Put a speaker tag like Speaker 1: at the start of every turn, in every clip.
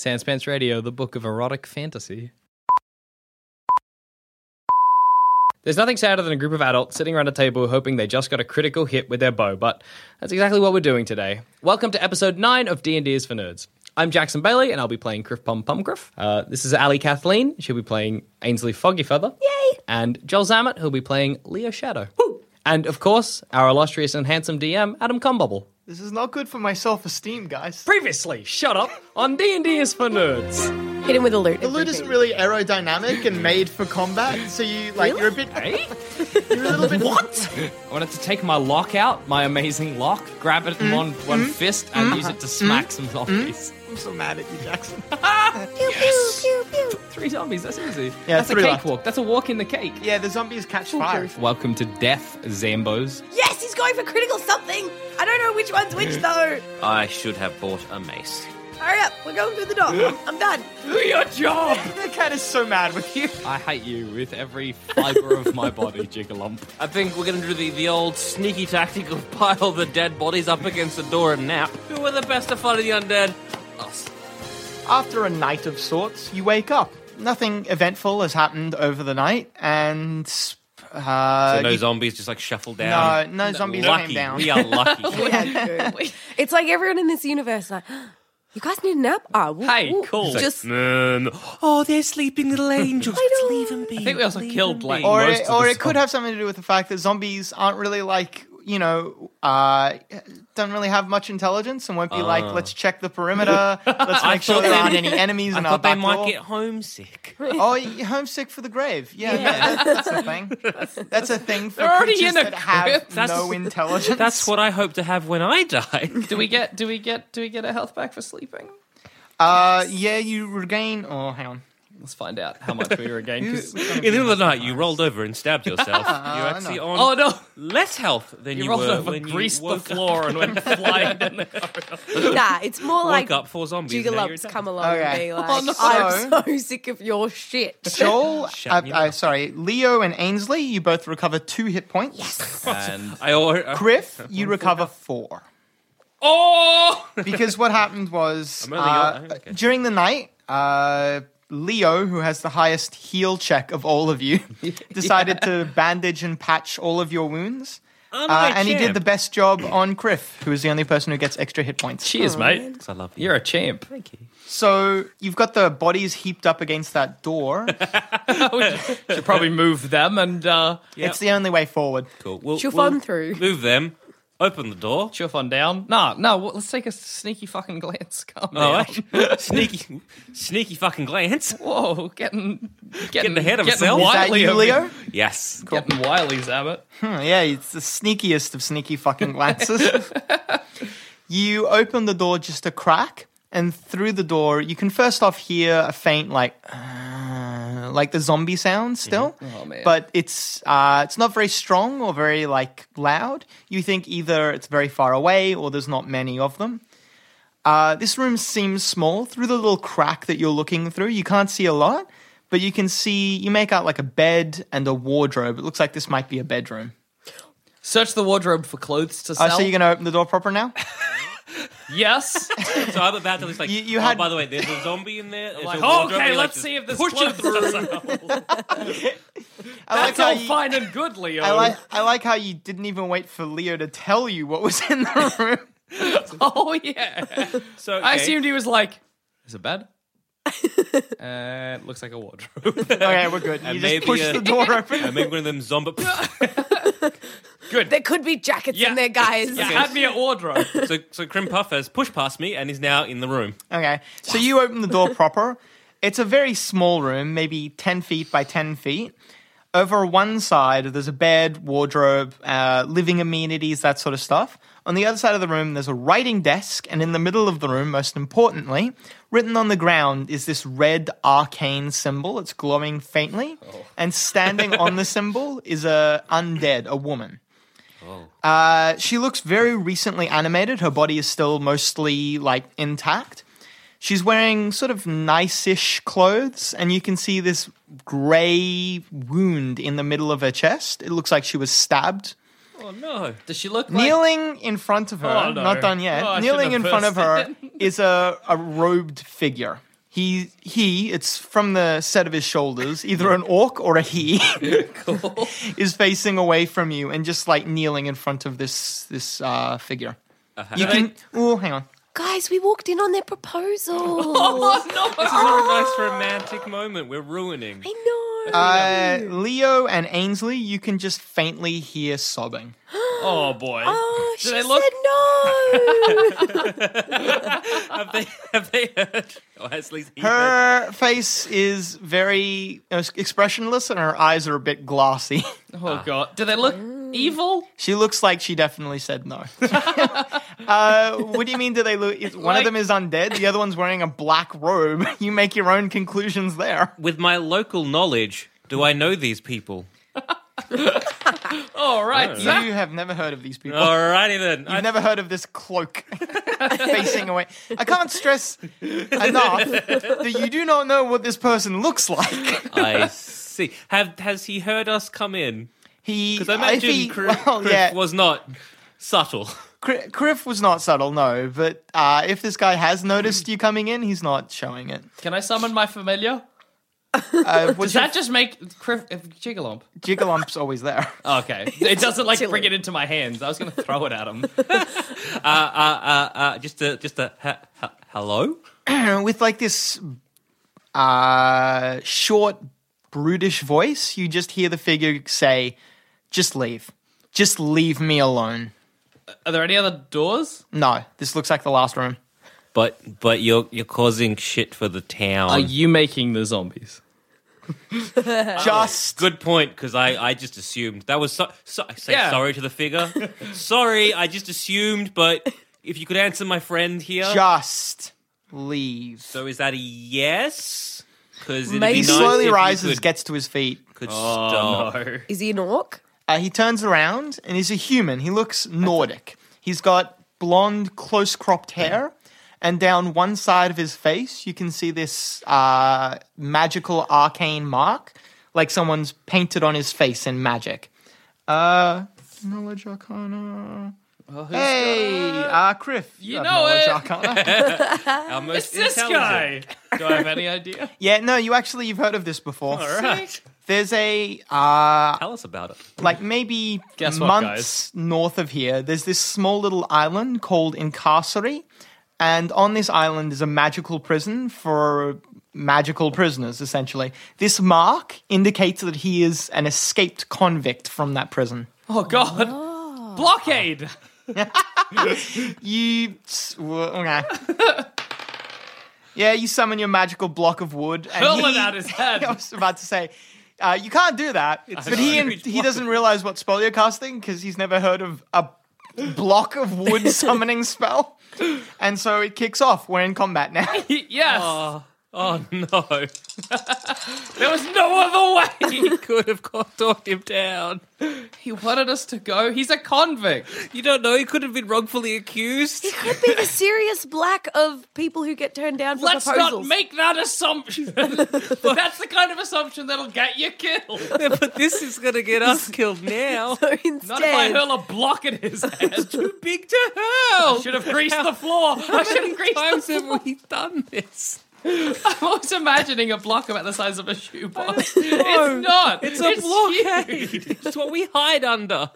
Speaker 1: Sanspants Radio, the book of erotic fantasy. There's nothing sadder than a group of adults sitting around a table hoping they just got a critical hit with their bow, but that's exactly what we're doing today. Welcome to episode 9 of D&D is for Nerds. I'm Jackson Bailey, and I'll be playing Griff Pom Pomgriff. Uh, this is Ali Kathleen. She'll be playing Ainsley Foggyfeather. Yay! And Joel Zammett, who'll be playing Leo Shadow. And, of course, our illustrious and handsome DM, Adam Cumbubble.
Speaker 2: This is not good for my self-esteem, guys.
Speaker 1: Previously, shut up, on D&D is for Nerds.
Speaker 3: Hit him with a loot.
Speaker 2: The loot isn't really aerodynamic and made for combat, so you like you're a bit
Speaker 1: Hey?
Speaker 2: you're a little bit
Speaker 1: What? I wanted to take my lock out, my amazing lock, grab it in one, one fist, and use it to smack some zombies.
Speaker 2: I'm so mad at you, Jackson.
Speaker 1: Three zombies, that's easy.
Speaker 2: Yeah,
Speaker 1: that's a
Speaker 2: three left.
Speaker 1: cakewalk. That's a walk in the cake.
Speaker 2: yeah, the zombies catch fire.
Speaker 1: Welcome to death, Zambos.
Speaker 3: Yes, he's going for critical something. I don't know which one's which though.
Speaker 4: I should have bought a mace.
Speaker 3: Hurry up, we're going through the door. I'm, I'm done.
Speaker 1: Do your job!
Speaker 2: The cat is so mad with you.
Speaker 1: I hate you with every fiber of my body, Jigalump.
Speaker 4: I think we're going to do the, the old sneaky tactic of pile the dead bodies up against the door and nap. Who are the best to fight the undead? Us.
Speaker 2: After a night of sorts, you wake up. Nothing eventful has happened over the night, and uh,
Speaker 4: no
Speaker 2: you-
Speaker 4: zombies just like shuffle
Speaker 2: no,
Speaker 4: down.
Speaker 2: no zombies
Speaker 4: lucky.
Speaker 2: came down.
Speaker 4: We are lucky.
Speaker 3: it's like everyone in this universe. Like, you guys need a nap? Ah, woo,
Speaker 1: Hey,
Speaker 3: woo."
Speaker 1: cool.
Speaker 3: Just
Speaker 4: No, no. Oh, they're sleeping little angels. Just leave them be.
Speaker 1: I think we also killed like
Speaker 2: or
Speaker 1: most
Speaker 2: it,
Speaker 1: of
Speaker 2: or
Speaker 1: the
Speaker 2: it could have something to do with the fact that zombies aren't really like you know uh, don't really have much intelligence and won't be like let's check the perimeter let's make sure
Speaker 4: Uh. thought
Speaker 2: there
Speaker 4: they-
Speaker 2: aren't any enemies
Speaker 4: I
Speaker 2: in our
Speaker 4: thought they
Speaker 2: back
Speaker 4: might
Speaker 2: door.
Speaker 4: get homesick.
Speaker 2: oh you're homesick for the grave yeah, that- that's a thing that's a thing for
Speaker 1: They're already
Speaker 2: creatures
Speaker 1: in a
Speaker 2: that have
Speaker 1: grave.
Speaker 2: no intelligence
Speaker 4: That's what I hope to have when I die.
Speaker 1: Do we get do we get do we get a health back for sleeping?
Speaker 2: uh, yeah you regain oh hang on
Speaker 1: Let's find out how much we regain. 'cause-
Speaker 4: In the middle of the night, you rolled over and stabbed yourself. You're actually on
Speaker 1: oh no!
Speaker 4: less health than you,
Speaker 1: You rolled
Speaker 4: were
Speaker 1: over,
Speaker 4: when
Speaker 1: greased
Speaker 4: you
Speaker 1: the
Speaker 4: woke up-
Speaker 1: floor, and went flying down the
Speaker 3: nah. It's more
Speaker 4: woke
Speaker 3: like
Speaker 4: up for zombies. Now you're
Speaker 3: Jigalumps
Speaker 4: dead.
Speaker 3: come along and
Speaker 2: Okay. Oh,
Speaker 3: be like,
Speaker 2: no.
Speaker 3: I'm so sick of your shit.
Speaker 2: Joel, uh,
Speaker 4: Shut me
Speaker 2: uh,
Speaker 4: up.
Speaker 2: sorry, Leo and Ainsley, you both recover two hit points. Yes.
Speaker 1: and
Speaker 4: I or-
Speaker 2: Griff, you recover four.
Speaker 4: Oh!
Speaker 2: because what happened was
Speaker 4: I'm only
Speaker 2: uh,
Speaker 4: on- okay.
Speaker 2: during the night, uh, Leo, who has the highest heal check of all of you, decided to bandage and patch all of your wounds. Uh, and he did the best job on Criff, who is the only person who gets extra hit points.
Speaker 4: Oh,
Speaker 1: cheers, mate.
Speaker 4: I love you.
Speaker 1: You're a champ.
Speaker 4: Thank you.
Speaker 2: So you've got the bodies heaped up against that door.
Speaker 1: Should probably move them and uh,
Speaker 2: It's the only way forward.
Speaker 4: Cool. We'll,
Speaker 3: Chuff
Speaker 4: we'll
Speaker 3: on through.
Speaker 4: Move them. Open the door.
Speaker 1: chuff on down. No, no. well, Let's take a sneaky fucking glance. Calm
Speaker 4: Oh,
Speaker 1: down.
Speaker 4: actually, sneaky, sneaky fucking glance.
Speaker 1: Whoa, getting getting,
Speaker 4: ahead of
Speaker 1: getting
Speaker 4: himself. Is
Speaker 2: Is that
Speaker 1: Wily
Speaker 2: you,
Speaker 1: of-
Speaker 2: Leo?
Speaker 4: Yes.
Speaker 1: Getting wily, Zabbit.
Speaker 2: Hmm, yeah, it's the sneakiest of sneaky fucking glances. you open the door just a crack, and through the door, you can first off hear a faint like, uh, like the zombie sound still,
Speaker 1: Oh, man.
Speaker 2: but it's uh, it's not very strong or very like loud. You think either it's very far away or there's not many of them. Uh, this room seems small through the little crack that you're looking through. You can't see a lot, but you can see you make out like a bed and a wardrobe. It looks like this might be a bedroom.
Speaker 1: Search the wardrobe for clothes to
Speaker 2: Oh,
Speaker 1: sell.
Speaker 2: so you're going to open the door proper now?
Speaker 1: yes.
Speaker 4: So I'm about to just like.
Speaker 2: You- you
Speaker 4: oh,
Speaker 2: had-
Speaker 4: by the way, there's a zombie in there. There's
Speaker 1: Like,
Speaker 4: a wardrobe,
Speaker 1: oh, okay,
Speaker 4: you, like,
Speaker 1: let's
Speaker 4: just
Speaker 1: see if this
Speaker 4: push it
Speaker 1: clothes
Speaker 4: through.
Speaker 1: to sell.
Speaker 2: I like
Speaker 1: That's all
Speaker 2: how you,
Speaker 1: fine and good, Leo.
Speaker 2: I like I like how you didn't even wait for Leo to tell you what was in the room.
Speaker 1: Oh yeah.
Speaker 4: So
Speaker 1: I
Speaker 4: okay.
Speaker 1: assumed he was like, "Is it bad?" uh, it looks like a wardrobe.
Speaker 2: okay, we're good. You just
Speaker 4: maybe,
Speaker 2: pushed
Speaker 4: uh,
Speaker 2: the door open.
Speaker 4: I made one of them zombie.
Speaker 1: Good.
Speaker 3: There could be jackets
Speaker 1: Yeah.
Speaker 3: in there, guys.
Speaker 1: You had me at wardrobe.
Speaker 4: so, so Crim Puff has pushed past me and is now in the room.
Speaker 2: Okay, so you open the door proper. It's a very small room, maybe ten feet by ten feet. Over one side, there's a bed, wardrobe, uh, living amenities, that sort of stuff. On the other side of the room, there's a writing desk, and in the middle of the room, most importantly, written on the ground is this red arcane symbol. It's glowing faintly, and standing on the symbol is a undead, a woman. Uh, she looks very recently animated. Her body is still mostly like intact. She's wearing sort of nice-ish clothes, and you can see this grey wound in the middle of her chest. It looks like she was stabbed.
Speaker 4: Oh no.
Speaker 1: Does she look like
Speaker 2: Kneeling in front of her,
Speaker 4: Oh, no.
Speaker 2: not done yet.
Speaker 4: Oh, I
Speaker 2: Kneeling in
Speaker 4: shouldn't
Speaker 2: front
Speaker 4: have
Speaker 2: of her
Speaker 4: first.
Speaker 2: is a, a robed figure. He he, it's from the set of his shoulders, either an orc or a he, is facing away from you and just like kneeling in front of this this uh, figure. You can oh hang on.
Speaker 3: Guys, we walked in on their proposal.
Speaker 1: Oh,
Speaker 4: This is not a nice romantic moment. We're ruining.
Speaker 3: I know.
Speaker 2: Uh, Leo and Ainsley, you can just faintly hear sobbing.
Speaker 4: Oh boy.
Speaker 3: oh,
Speaker 4: do
Speaker 3: she said
Speaker 4: they look-
Speaker 3: no.
Speaker 4: Have they have they heard? Oh, Leslie's
Speaker 2: Her face is very uh, expressionless and her eyes are a bit glossy.
Speaker 1: Oh god. Do they look evil?
Speaker 2: She looks like she definitely said no. uh, what do you mean? Do they look? Is, one
Speaker 1: Like-
Speaker 2: of them is undead. The other one's wearing a black robe. You make your own conclusions there.
Speaker 4: With my local knowledge, do I know these people?
Speaker 1: All right.
Speaker 2: You
Speaker 1: Zach.
Speaker 2: have never heard of these people.
Speaker 4: Alrighty then. I-
Speaker 2: You've never heard of this cloak facing away. I can't stress enough that you do not know what this person looks like.
Speaker 4: I see. Have has he heard us come in?
Speaker 2: He,
Speaker 4: Because I
Speaker 2: if
Speaker 4: imagine
Speaker 2: he-
Speaker 4: Cri-
Speaker 2: well,
Speaker 4: Criff
Speaker 2: yeah,
Speaker 4: was not subtle.
Speaker 2: Cri- Criff was not subtle, no. But uh, if this guy has noticed you coming in, he's not showing it.
Speaker 1: Can I summon my familiar?
Speaker 2: Uh,
Speaker 1: Does that just make Criff if- Jigglypuff?
Speaker 2: Jigglelump's always there.
Speaker 1: Okay. It doesn't like bring it into my hands. I was gonna throw it at him.
Speaker 4: Uh, just a just a he- he- hello.
Speaker 2: with like this uh, short, brutish voice, you just hear the figure say, "Just leave, just leave me alone."
Speaker 1: Are there any other doors?
Speaker 2: No, this looks like the last room.
Speaker 4: But but you're you're causing shit for the town.
Speaker 1: Are you making the zombies?
Speaker 2: Just
Speaker 4: Good point, because I, I just assumed that was so, so I say
Speaker 1: Yeah.
Speaker 4: sorry to the figure. sorry, I just assumed, but if you could answer my friend here,
Speaker 2: just leave.
Speaker 4: so is that a yes? Because it'd
Speaker 3: Maybe.
Speaker 4: be
Speaker 2: he
Speaker 4: nice
Speaker 2: slowly
Speaker 4: if you
Speaker 2: rises,
Speaker 4: could,
Speaker 2: gets to his feet.
Speaker 4: could stop.
Speaker 1: no.
Speaker 3: Is he an orc?
Speaker 2: Uh, he turns around and he's a human. He looks Nordic. He's got blonde, close cropped hair. And down one side of his face, you can see this uh, magical arcane mark, like someone's painted on his face in magic. Uh, knowledge arcana. hey, uh, Criff. You, have
Speaker 1: know
Speaker 2: knowledge
Speaker 1: it.
Speaker 2: arcana.
Speaker 4: Our most
Speaker 1: It's this
Speaker 4: intelligent-
Speaker 1: guy. Do I have any idea?
Speaker 2: yeah, no, you actually, you've heard of this before.
Speaker 4: All right,
Speaker 2: There's a uh,
Speaker 4: tell us about it.
Speaker 2: like maybe
Speaker 1: Guess what,
Speaker 2: months north of here, there's this small little island called Incarcery. And on this island is a magical prison for magical prisoners, essentially. This mark indicates that he is an escaped convict from that prison.
Speaker 1: Oh god. Blockade.
Speaker 2: You. s- well, okay. yeah, you summon your magical block of wood. And
Speaker 1: Hurl it
Speaker 2: he-
Speaker 1: at his head.
Speaker 2: I was about to say. Uh, you can't do that. but he
Speaker 4: huge
Speaker 2: he
Speaker 4: block.
Speaker 2: doesn't realize what spell you're casting because he's never heard of a block of wood summoning spell. And so it kicks off. We're in combat now.
Speaker 1: yes.
Speaker 4: Oh, oh no!
Speaker 1: There was no other way.
Speaker 4: he could have co- talked him down.
Speaker 1: He wanted us to go. He's a convict.
Speaker 4: You don't know. He could have been wrongfully accused.
Speaker 3: Could be the serious black of people who get turned down for
Speaker 1: Let's
Speaker 3: proposals.
Speaker 1: not make that assumption. That's the kind of assumption that'll get you killed.
Speaker 4: but this is gonna get us killed now.
Speaker 3: so instead,
Speaker 1: Not if I hurl a block at his head.
Speaker 4: Too big to hurl.
Speaker 1: I should have greased the floor. I should have greased the
Speaker 4: times
Speaker 1: floor.
Speaker 4: have we done this?
Speaker 1: I'm always imagining a block about the size of a shoebox. It's not.
Speaker 4: It's a blockade. It's what we hide under.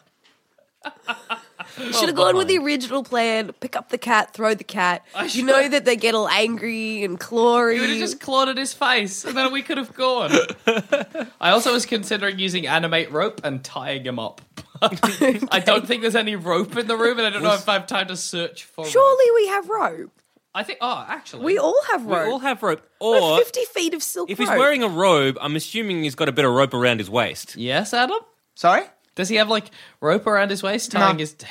Speaker 3: should have gone with the original plan. Pick up the cat, throw the cat. You know
Speaker 1: should.
Speaker 3: that they get all angry and
Speaker 1: He would have
Speaker 3: clawing.
Speaker 1: just clawed at his face, and then we could have gone. I also was considering using animate rope and tying him up. I don't think there's any rope in the room, and I don't know if I have time to search for. rope.
Speaker 3: Surely we have rope.
Speaker 1: I think. Oh, actually,
Speaker 3: We all have
Speaker 4: We
Speaker 3: rope.
Speaker 4: all have rope.
Speaker 3: We're
Speaker 4: Or
Speaker 3: fifty feet of silk
Speaker 4: if he's
Speaker 3: rope.
Speaker 4: wearing a robe, I'm assuming he's got a bit of rope around his waist.
Speaker 1: Yes, Adam.
Speaker 2: Sorry?
Speaker 1: Does he have like rope around his waist, tying his? Damn.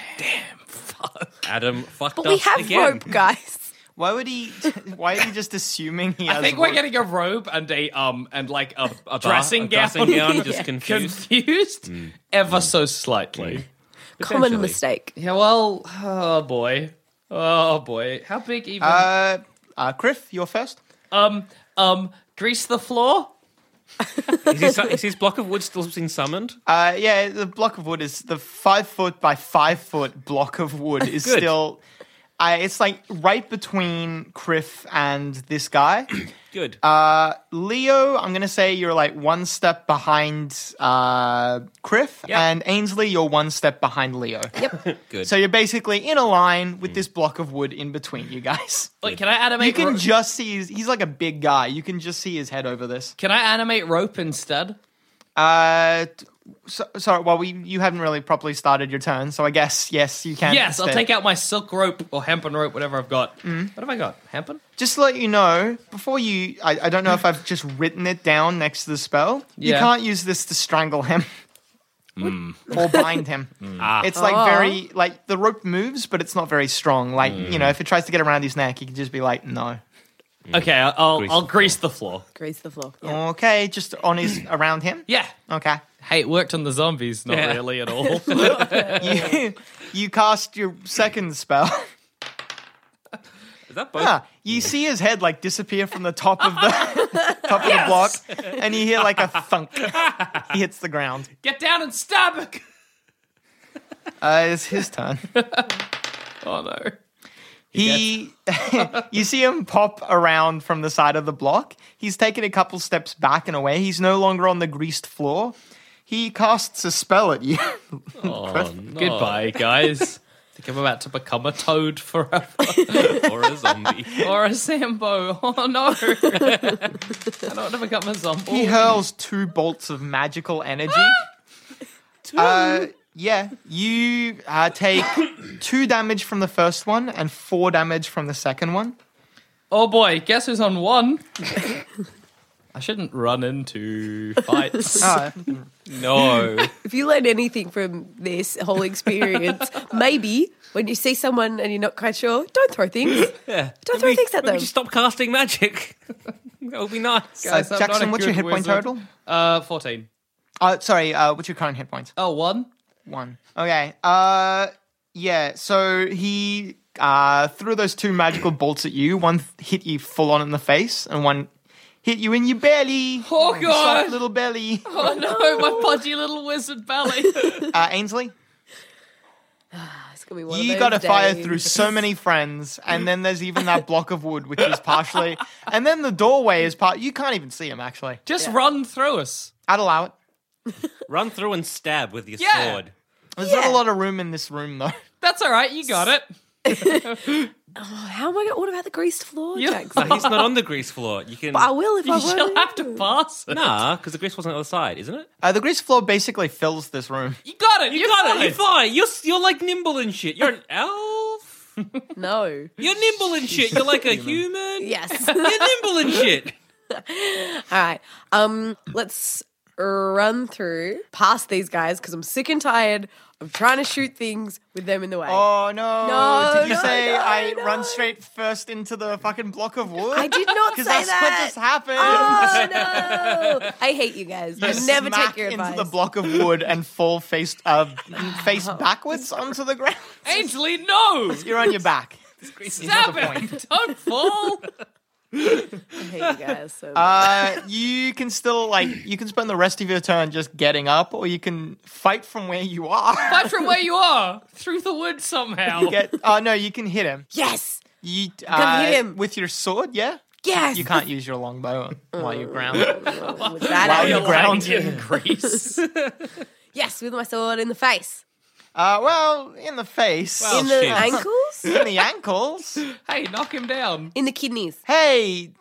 Speaker 4: Adam fucked
Speaker 3: but
Speaker 4: us
Speaker 3: we have
Speaker 4: again.
Speaker 3: rope, guys.
Speaker 2: Why would he. Why are you just assuming he has.
Speaker 1: I think
Speaker 2: wood?
Speaker 1: we're getting a robe and a um and like a,
Speaker 4: A bar-
Speaker 1: dressing
Speaker 4: a
Speaker 1: gown.
Speaker 4: dressing gown. Hmm. Just
Speaker 3: Yeah.
Speaker 4: confused.
Speaker 1: Confused, ever so
Speaker 4: Hmm.
Speaker 1: slightly.
Speaker 3: Common
Speaker 4: Potentially.
Speaker 3: mistake.
Speaker 1: Yeah. Well. Oh boy. Oh boy. How big even?
Speaker 2: Uh, uh, Criff, you're first.
Speaker 1: Um, um, grease the floor.
Speaker 4: Is his, is his block of wood still being summoned?
Speaker 2: Uh, yeah, the block of wood is the five foot by five foot block of wood is
Speaker 4: Good.
Speaker 2: still. Uh, it's like right between Criff and this guy.
Speaker 4: Good.
Speaker 2: Leo, I'm gonna say you're like one step behind uh, Criff,
Speaker 4: Yeah.
Speaker 2: and Ainsley, you're one step behind Leo.
Speaker 3: Yep.
Speaker 4: Good.
Speaker 2: So you're basically in a line with this block of wood in between you guys.
Speaker 1: Wait, can I
Speaker 2: You
Speaker 1: animate?
Speaker 2: can
Speaker 1: ro-
Speaker 2: just see his, he's like a big guy. You can just see his head over this.
Speaker 1: can I animate rope instead?
Speaker 2: Uh, t- so, sorry, well, we you haven't really properly started your turn, so I guess yes, you can.
Speaker 1: Yes, I'll
Speaker 2: instead.
Speaker 1: take out my silk rope or hempen rope, whatever I've got. What have I got? Hempen?
Speaker 2: Just to let you know, before you, I, I don't know if I've just written it down next to the spell. You
Speaker 1: Yeah.
Speaker 2: can't use this to strangle him or bind him. It's like
Speaker 3: Ah.
Speaker 2: very like the rope moves, but it's not very strong. Like you know, if it tries to get around his neck, he can just be like, "No,
Speaker 1: Okay, I'll I'll
Speaker 4: Grease
Speaker 1: grease, I'll
Speaker 4: the
Speaker 1: the, grease floor. the floor.
Speaker 3: Grease the floor.
Speaker 4: Oh.
Speaker 3: Yeah.
Speaker 2: okay, just on his around him."
Speaker 1: Yeah.
Speaker 2: Okay.
Speaker 1: Hey, it worked on the zombies, not
Speaker 4: Yeah.
Speaker 1: really at all.
Speaker 2: You, you cast your second spell.
Speaker 4: is that both?
Speaker 2: Ah, you see his head like disappear from the top of the top of the block, and you hear like a thunk. He hits the ground.
Speaker 1: Get down and stab it.
Speaker 2: Uh, it's his turn.
Speaker 1: Oh no.
Speaker 2: He, you see him pop around from the side of the block. He's taken a couple steps back and away. He's no longer on the greased floor. He casts a spell at you.
Speaker 1: Oh, Goodbye, guys. I think I'm about to become a toad forever
Speaker 4: Or a zombie?
Speaker 1: or a Sambo. Oh no. I don't want to become a
Speaker 2: He
Speaker 1: zombie.
Speaker 2: hurls two bolts of magical energy. Uh, yeah, you uh, take two damage from the first one and four damage from the second one.
Speaker 1: Oh boy, guess who's on one? I shouldn't run into fights.
Speaker 2: Uh,
Speaker 1: No.
Speaker 3: If you learn anything from this whole experience, maybe when you see someone and you're not quite sure, don't throw things.
Speaker 4: Yeah.
Speaker 3: Don't throw things at
Speaker 4: Maybe
Speaker 3: them.
Speaker 4: just stop casting magic. that would be nice.
Speaker 2: uh,
Speaker 1: Guys, I'm not
Speaker 2: Jackson,
Speaker 1: a
Speaker 2: what's your
Speaker 1: good
Speaker 2: hit point
Speaker 1: wizard.
Speaker 2: total?
Speaker 1: Uh, 14.
Speaker 2: Uh, sorry, uh, what's your current hit points?
Speaker 1: Oh, one?
Speaker 2: One. Okay. Uh, yeah. So he uh, threw those two magical bolts at you. One th- hit you full on in the face, and one hit you in your belly.
Speaker 1: Oh,
Speaker 2: Your soft
Speaker 1: God.
Speaker 2: little belly.
Speaker 1: Oh no, my podgy little wizard belly.
Speaker 2: Uh, Ainsley,
Speaker 3: It's gonna be one of
Speaker 2: you
Speaker 3: those
Speaker 2: got to fire
Speaker 3: days.
Speaker 2: through so many friends, and then there's even that block of wood, which is partially, and then the doorway is part. You can't even see him actually.
Speaker 1: Just run through us.
Speaker 2: I'd allow it.
Speaker 4: Run through and stab with your
Speaker 1: Yeah.
Speaker 4: sword.
Speaker 2: There's
Speaker 3: Yeah.
Speaker 2: not a lot of room in this room though.
Speaker 1: That's all right. You got it.
Speaker 3: How am I? gonna- What about the greased floor,
Speaker 1: Yeah.
Speaker 4: No,
Speaker 3: Jackson?
Speaker 4: he's not on the grease floor. You can.
Speaker 3: I will if I
Speaker 1: You
Speaker 3: want.
Speaker 1: shall have to pass it.
Speaker 4: Nah, because the grease floor's on the other side, isn't it?
Speaker 2: Uh, the grease floor basically fills this room.
Speaker 1: You got it. You,
Speaker 4: got it. You fly. You're s- you're like nimble and shit. You're an elf.
Speaker 3: No.
Speaker 4: You're nimble and shit. You're like a human.
Speaker 3: Yes.
Speaker 4: You're nimble and shit.
Speaker 3: All right. Um, let's run through past these guys because I'm sick and tired of trying to shoot things with them in the way.
Speaker 2: Oh no!
Speaker 3: No,
Speaker 2: Did you
Speaker 3: no,
Speaker 2: say
Speaker 3: no,
Speaker 2: I
Speaker 3: no.
Speaker 2: run straight first into the fucking block of wood?
Speaker 3: I did not say
Speaker 2: Because that's what
Speaker 3: that.
Speaker 2: just happened.
Speaker 3: Oh no! I hate you guys.
Speaker 2: You
Speaker 3: I never
Speaker 2: smack
Speaker 3: take your
Speaker 2: into
Speaker 3: advice.
Speaker 2: the block of wood and fall face uh, face backwards onto the ground.
Speaker 1: Ainsley, no.
Speaker 2: You're on your back.
Speaker 1: Stab
Speaker 2: Another
Speaker 1: it. Don't fall.
Speaker 3: I hate you guys. So
Speaker 2: Uh, you can still like you can spend the rest of your turn just getting up, or you can fight from where you are.
Speaker 1: Fight from where you are. Through the wood somehow.
Speaker 2: Get oh no, you can hit him.
Speaker 3: yes,
Speaker 2: You
Speaker 3: can
Speaker 2: uh,
Speaker 3: hit him.
Speaker 2: with your sword, yeah.
Speaker 3: yes.
Speaker 2: You can't use your longbow while you ground.
Speaker 3: With
Speaker 2: While
Speaker 3: that
Speaker 2: you're
Speaker 1: You're
Speaker 3: out.
Speaker 1: ground
Speaker 2: ground.
Speaker 1: in Greece.
Speaker 3: Yes, with my sword in the face,
Speaker 2: Uh, well, in the face,
Speaker 4: Well,
Speaker 3: in the
Speaker 4: shit.
Speaker 3: ankles,
Speaker 2: in the ankles.
Speaker 1: hey, knock him down.
Speaker 3: in the kidneys.
Speaker 2: hey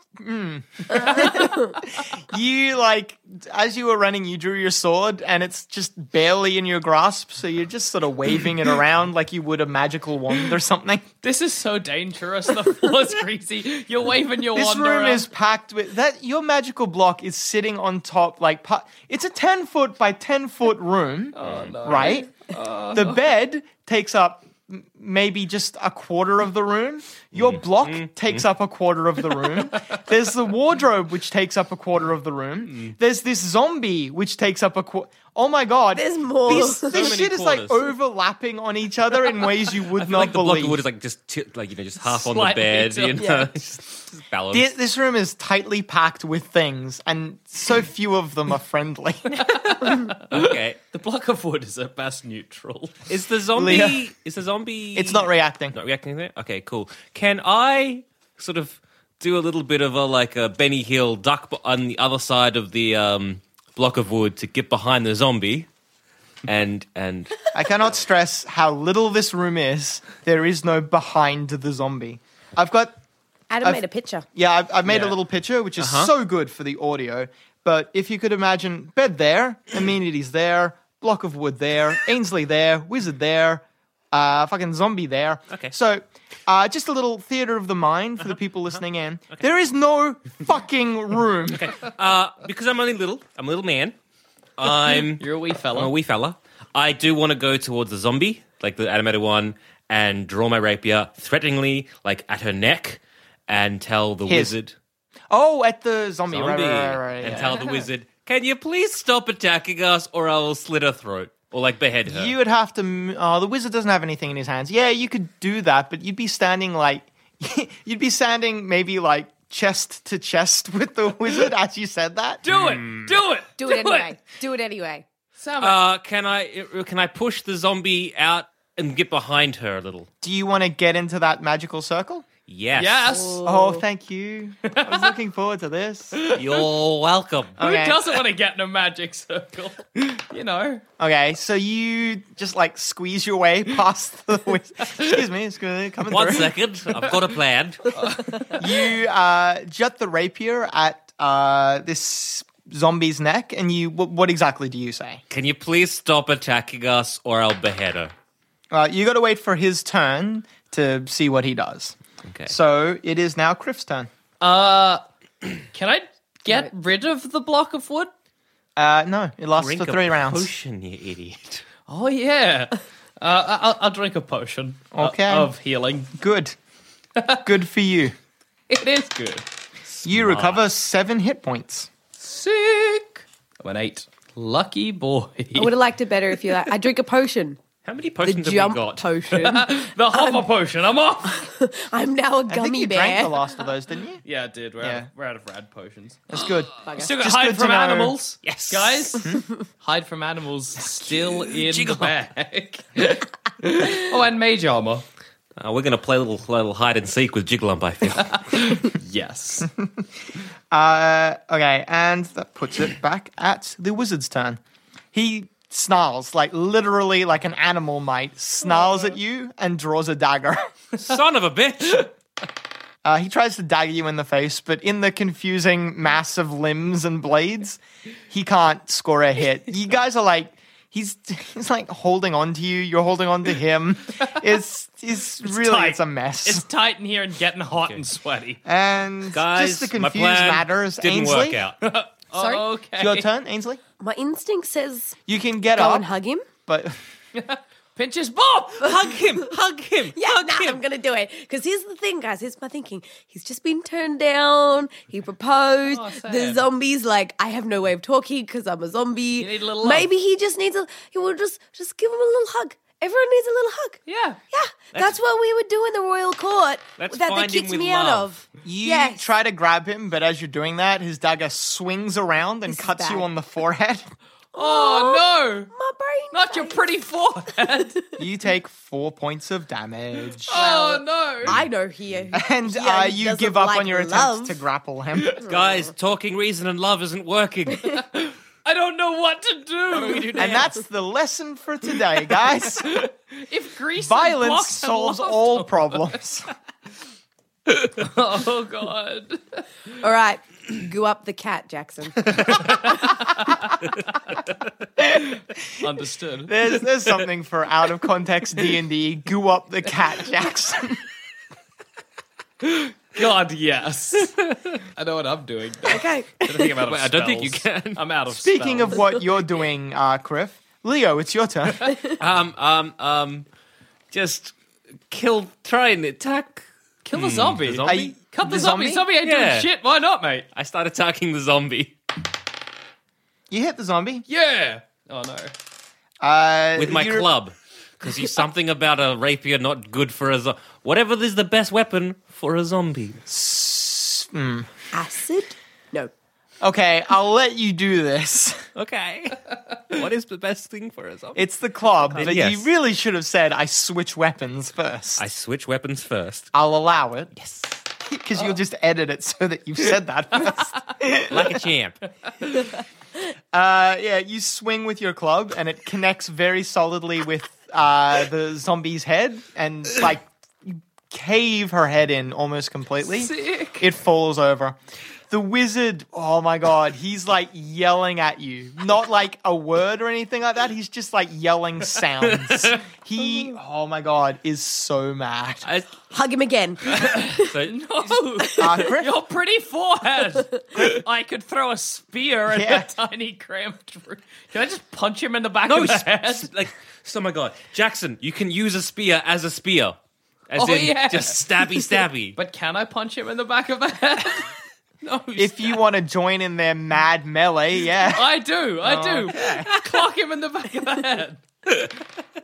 Speaker 2: mm. you like as you were running you drew your sword and it's just barely in your grasp so you're just sort of waving it around like you would a magical wand or something
Speaker 1: This is so dangerous. The floor's greasy. You're waving your
Speaker 2: this
Speaker 1: wand
Speaker 2: room
Speaker 1: around.
Speaker 2: is packed with that your magical block is sitting on top like pa- it's a 10 foot by 10 foot room
Speaker 1: Oh, no.
Speaker 2: right the bed takes up maybe just a quarter of the room. Your
Speaker 4: Mm-hmm.
Speaker 2: block takes up a quarter of the room. There's the wardrobe, which takes up a quarter of the room.
Speaker 4: Mm.
Speaker 2: There's this zombie, which takes up a quarter. Oh my god!
Speaker 3: There's more.
Speaker 2: This,
Speaker 3: So
Speaker 2: this
Speaker 4: many
Speaker 2: shit is like
Speaker 4: quarters.
Speaker 2: overlapping on each other in ways you would
Speaker 4: I feel
Speaker 2: not
Speaker 4: like the block
Speaker 2: believe.
Speaker 4: of wood is like just t- like you know just half on the
Speaker 1: Slightly
Speaker 4: bed, you
Speaker 1: tilted.
Speaker 4: know,
Speaker 3: Yeah.
Speaker 4: just, just balanced.
Speaker 2: Thi- this room is tightly packed with things, and so few of them are friendly.
Speaker 4: okay,
Speaker 1: The block of wood is at best neutral.
Speaker 4: is the zombie?
Speaker 2: Leah.
Speaker 4: Is the zombie?
Speaker 2: it's not reacting.
Speaker 4: Not reacting there. Okay, cool. Can I sort of do a little bit of a like a Benny Hill duck b- on the other side of the um, block of wood to get behind the zombie? And and
Speaker 2: I cannot stress how little this room is. There is no behind the zombie. I've got
Speaker 3: Adam
Speaker 2: I've-
Speaker 3: made a picture.
Speaker 2: Yeah, I've, I've made
Speaker 1: Yeah.
Speaker 2: a little picture, which is
Speaker 4: Uh-huh.
Speaker 2: so good for the audio. But if you could imagine bed there, amenities there, block of wood there, Ainsley there, wizard there, uh, fucking zombie there.
Speaker 4: Okay. Uh-huh.
Speaker 2: So uh, just a little theater of the mind for the people listening in. There is no fucking room.
Speaker 4: uh, because I'm only little, I'm a little man. I'm
Speaker 1: You're a wee fella.
Speaker 4: I'm a wee fella. I do want to go towards the zombie, like the animated one, and draw my rapier threateningly, like at her neck, and tell the
Speaker 2: His
Speaker 4: wizard,
Speaker 2: Oh, at the zombie.
Speaker 4: zombie,
Speaker 2: Right, right, right, right,
Speaker 4: and
Speaker 2: yeah.
Speaker 4: tell the wizard, "Can you please stop attacking us, or I will slit her throat, or like behead her."
Speaker 2: You would have to. m- Oh, the wizard doesn't have anything in his hands. Yeah, you could do that, but you'd be standing like. you'd be standing maybe like chest to chest with the wizard as you said that.
Speaker 4: do it,
Speaker 2: Mm.
Speaker 4: do it,
Speaker 3: Do it anyway. Do it anyway.
Speaker 4: Uh, can I can I push the zombie out and get behind her a little?
Speaker 2: Do you want to get into that magical circle?
Speaker 4: Yes.
Speaker 1: yes.
Speaker 2: Oh, thank you. I was looking forward to this.
Speaker 4: You're welcome.
Speaker 2: Okay.
Speaker 1: Who doesn't want to get in a magic circle? you know.
Speaker 2: Okay, so you just like squeeze your way past the wizard. Excuse me, it's good. Coming
Speaker 4: One
Speaker 2: through.
Speaker 4: second, I've got a plan.
Speaker 2: You uh, jut the rapier at uh, this zombie's neck, and you. What, what exactly do you say?
Speaker 4: Can you please stop attacking us, or I'll behead her?
Speaker 2: Uh, you got to wait for his turn to see what he does.
Speaker 4: Okay.
Speaker 2: So it is now Criff's turn.
Speaker 1: Uh, can I get rid of the block of wood?
Speaker 2: Uh, no, it lasts
Speaker 4: Drink
Speaker 2: for
Speaker 4: a
Speaker 2: three rounds.
Speaker 4: Potion, you idiot.
Speaker 1: Oh yeah. Uh, I- I'll, I'll drink a potion uh,
Speaker 2: Okay.
Speaker 1: of healing.
Speaker 2: Good. Good for you.
Speaker 1: It is good.
Speaker 2: You recover seven hit points.
Speaker 1: Sick. I'm an eight. Lucky boy.
Speaker 3: I would have liked it better if you like. I drink a potion.
Speaker 4: How many
Speaker 3: The
Speaker 4: potions have
Speaker 3: jump
Speaker 4: we got?
Speaker 3: potion.
Speaker 1: the hopper potion. I'm off.
Speaker 3: I'm now a
Speaker 2: I think
Speaker 3: gummy
Speaker 2: you drank
Speaker 3: bear.
Speaker 2: the last of those, didn't you?
Speaker 1: Yeah, it did. We're, Out
Speaker 2: Yeah.
Speaker 1: of, we're out of rad potions.
Speaker 2: That's good.
Speaker 1: Still got
Speaker 2: Just
Speaker 1: hide
Speaker 2: good to
Speaker 1: from
Speaker 2: know.
Speaker 1: animals.
Speaker 4: Yes.
Speaker 1: Guys, hide from animals still in
Speaker 4: Jiggle.
Speaker 1: the bag. oh, and mage armor.
Speaker 4: Uh, we're gonna play a little, little hide and seek with Jiglump. I think.
Speaker 1: Yes.
Speaker 2: Uh, okay, and that puts it back at the wizard's turn. He snarls, like literally like an animal might, snarls at you and draws a dagger.
Speaker 4: Son of a bitch.
Speaker 2: Uh, he tries to dagger you in the face, but in the confusing mass of limbs and blades, he can't score a hit. You guys are like, he's he's like holding on to you. You're holding on to him. It's it's, really
Speaker 1: tight.
Speaker 2: it's a mess.
Speaker 1: It's tight in here and getting hot and sweaty.
Speaker 2: and
Speaker 4: Guys,
Speaker 2: just to
Speaker 4: my
Speaker 2: confuse
Speaker 4: plan
Speaker 2: matters,
Speaker 4: didn't
Speaker 2: Ainsley,
Speaker 4: work out.
Speaker 3: Sorry?
Speaker 1: Okay.
Speaker 2: it's your turn, Ainsley.
Speaker 3: My instinct says
Speaker 2: You can get
Speaker 3: go
Speaker 2: up,
Speaker 3: and hug him.
Speaker 2: but
Speaker 1: Pinch his bob.
Speaker 4: hug him, hug him,
Speaker 3: Yeah,
Speaker 4: hug
Speaker 3: nah,
Speaker 4: him.
Speaker 3: I'm gonna do it. Because here's the thing, guys. Here's my thinking. He's just been turned down. He proposed.
Speaker 1: Oh, sad.
Speaker 3: the zombies like I have no way of talking because I'm a zombie. You
Speaker 1: need a little love.
Speaker 3: Maybe he just needs a. He will just just give him a little hug. Everyone needs a little hug.
Speaker 1: Yeah.
Speaker 3: Yeah, that's, what we would do in the royal court
Speaker 4: Let's
Speaker 3: that they
Speaker 4: find him
Speaker 3: kicked
Speaker 4: with
Speaker 3: me out
Speaker 4: love.
Speaker 3: of.
Speaker 2: you
Speaker 3: Yes.
Speaker 2: try to grab him. But as you're doing that, his dagger swings around and
Speaker 3: This is
Speaker 2: cuts you
Speaker 3: bad.
Speaker 2: on the forehead.
Speaker 1: Oh no!
Speaker 3: My brain.
Speaker 1: Not your
Speaker 3: phase.
Speaker 1: pretty forehead.
Speaker 2: you take four points of damage.
Speaker 1: oh no!
Speaker 3: I know here.
Speaker 2: And
Speaker 3: Yeah,
Speaker 2: uh,
Speaker 3: he
Speaker 2: you
Speaker 3: doesn't
Speaker 2: give up on
Speaker 3: like
Speaker 2: your
Speaker 3: love.
Speaker 2: attempts to grapple him.
Speaker 4: Guys, talking reason and love isn't working.
Speaker 1: I don't know what to do.
Speaker 2: and that's the lesson for today, guys.
Speaker 1: if Greece and
Speaker 2: Violence
Speaker 1: blocks had
Speaker 2: solves
Speaker 1: lost-
Speaker 2: all problems.
Speaker 1: Oh god!
Speaker 3: All right, go up the cat, Jackson.
Speaker 1: Understood.
Speaker 2: There's, there's something for out of context D and D. Goo up the cat, Jackson.
Speaker 1: God, yes. I know what I'm doing. now.
Speaker 3: okay.
Speaker 1: I think I'm out of
Speaker 4: Wait, I don't think you
Speaker 1: spells.
Speaker 4: can.
Speaker 1: I'm out of.
Speaker 2: Speaking of
Speaker 1: spells.
Speaker 2: what you're doing, uh, Criff, Leo, it's your turn.
Speaker 4: um, um, um, just kill, try and attack.
Speaker 1: Kill the zombie.
Speaker 2: I-
Speaker 4: zombie?
Speaker 1: Cut the,
Speaker 2: the
Speaker 1: zombie.
Speaker 2: zombie?
Speaker 1: Zombie ain't
Speaker 4: Yeah.
Speaker 1: doing shit. Why not, mate?
Speaker 4: I start attacking the zombie
Speaker 2: You hit the zombie
Speaker 1: Yeah. Oh no.
Speaker 2: uh,
Speaker 4: with my
Speaker 2: you're-
Speaker 4: club because you something about a rapier not good for a zo- whatever is the best weapon for a zombie.
Speaker 3: Acid? No.
Speaker 2: Okay, I'll let you do this.
Speaker 4: Okay, what is the best thing for a zombie?
Speaker 2: It's the club, but
Speaker 4: Yes.
Speaker 2: you really should have said I switch weapons first.
Speaker 4: I switch weapons first.
Speaker 2: I'll allow it. Yes. Because
Speaker 3: Oh.
Speaker 2: you'll just edit it so that you said that first.
Speaker 4: like a champ.
Speaker 2: uh, yeah, you swing with your club and it connects very solidly with uh, the zombie's head and like you cave her head in almost completely.
Speaker 1: Sick.
Speaker 2: It falls over. The wizard, oh my god, he's like yelling at you. Not like a word or anything like that. He's just like yelling sounds. He, oh my god, is so mad.
Speaker 4: I,
Speaker 3: Hug him again.
Speaker 4: so,
Speaker 1: No.
Speaker 2: Uh, Griff,
Speaker 1: Your pretty forehead. I could throw a spear at
Speaker 2: Yeah.
Speaker 1: a tiny cramped. r- Can I just punch him in the back
Speaker 4: no,
Speaker 1: of the
Speaker 4: s-
Speaker 1: head?
Speaker 4: s- like, so my god, Jackson, you can use a spear as a spear, as
Speaker 1: Oh,
Speaker 4: in
Speaker 1: yeah.
Speaker 4: just stabby, stabby.
Speaker 1: But can I punch him in the back of the head? no.
Speaker 2: if you want to join in their mad melee, yeah.
Speaker 1: I do. I do. Clock him in the back of the head.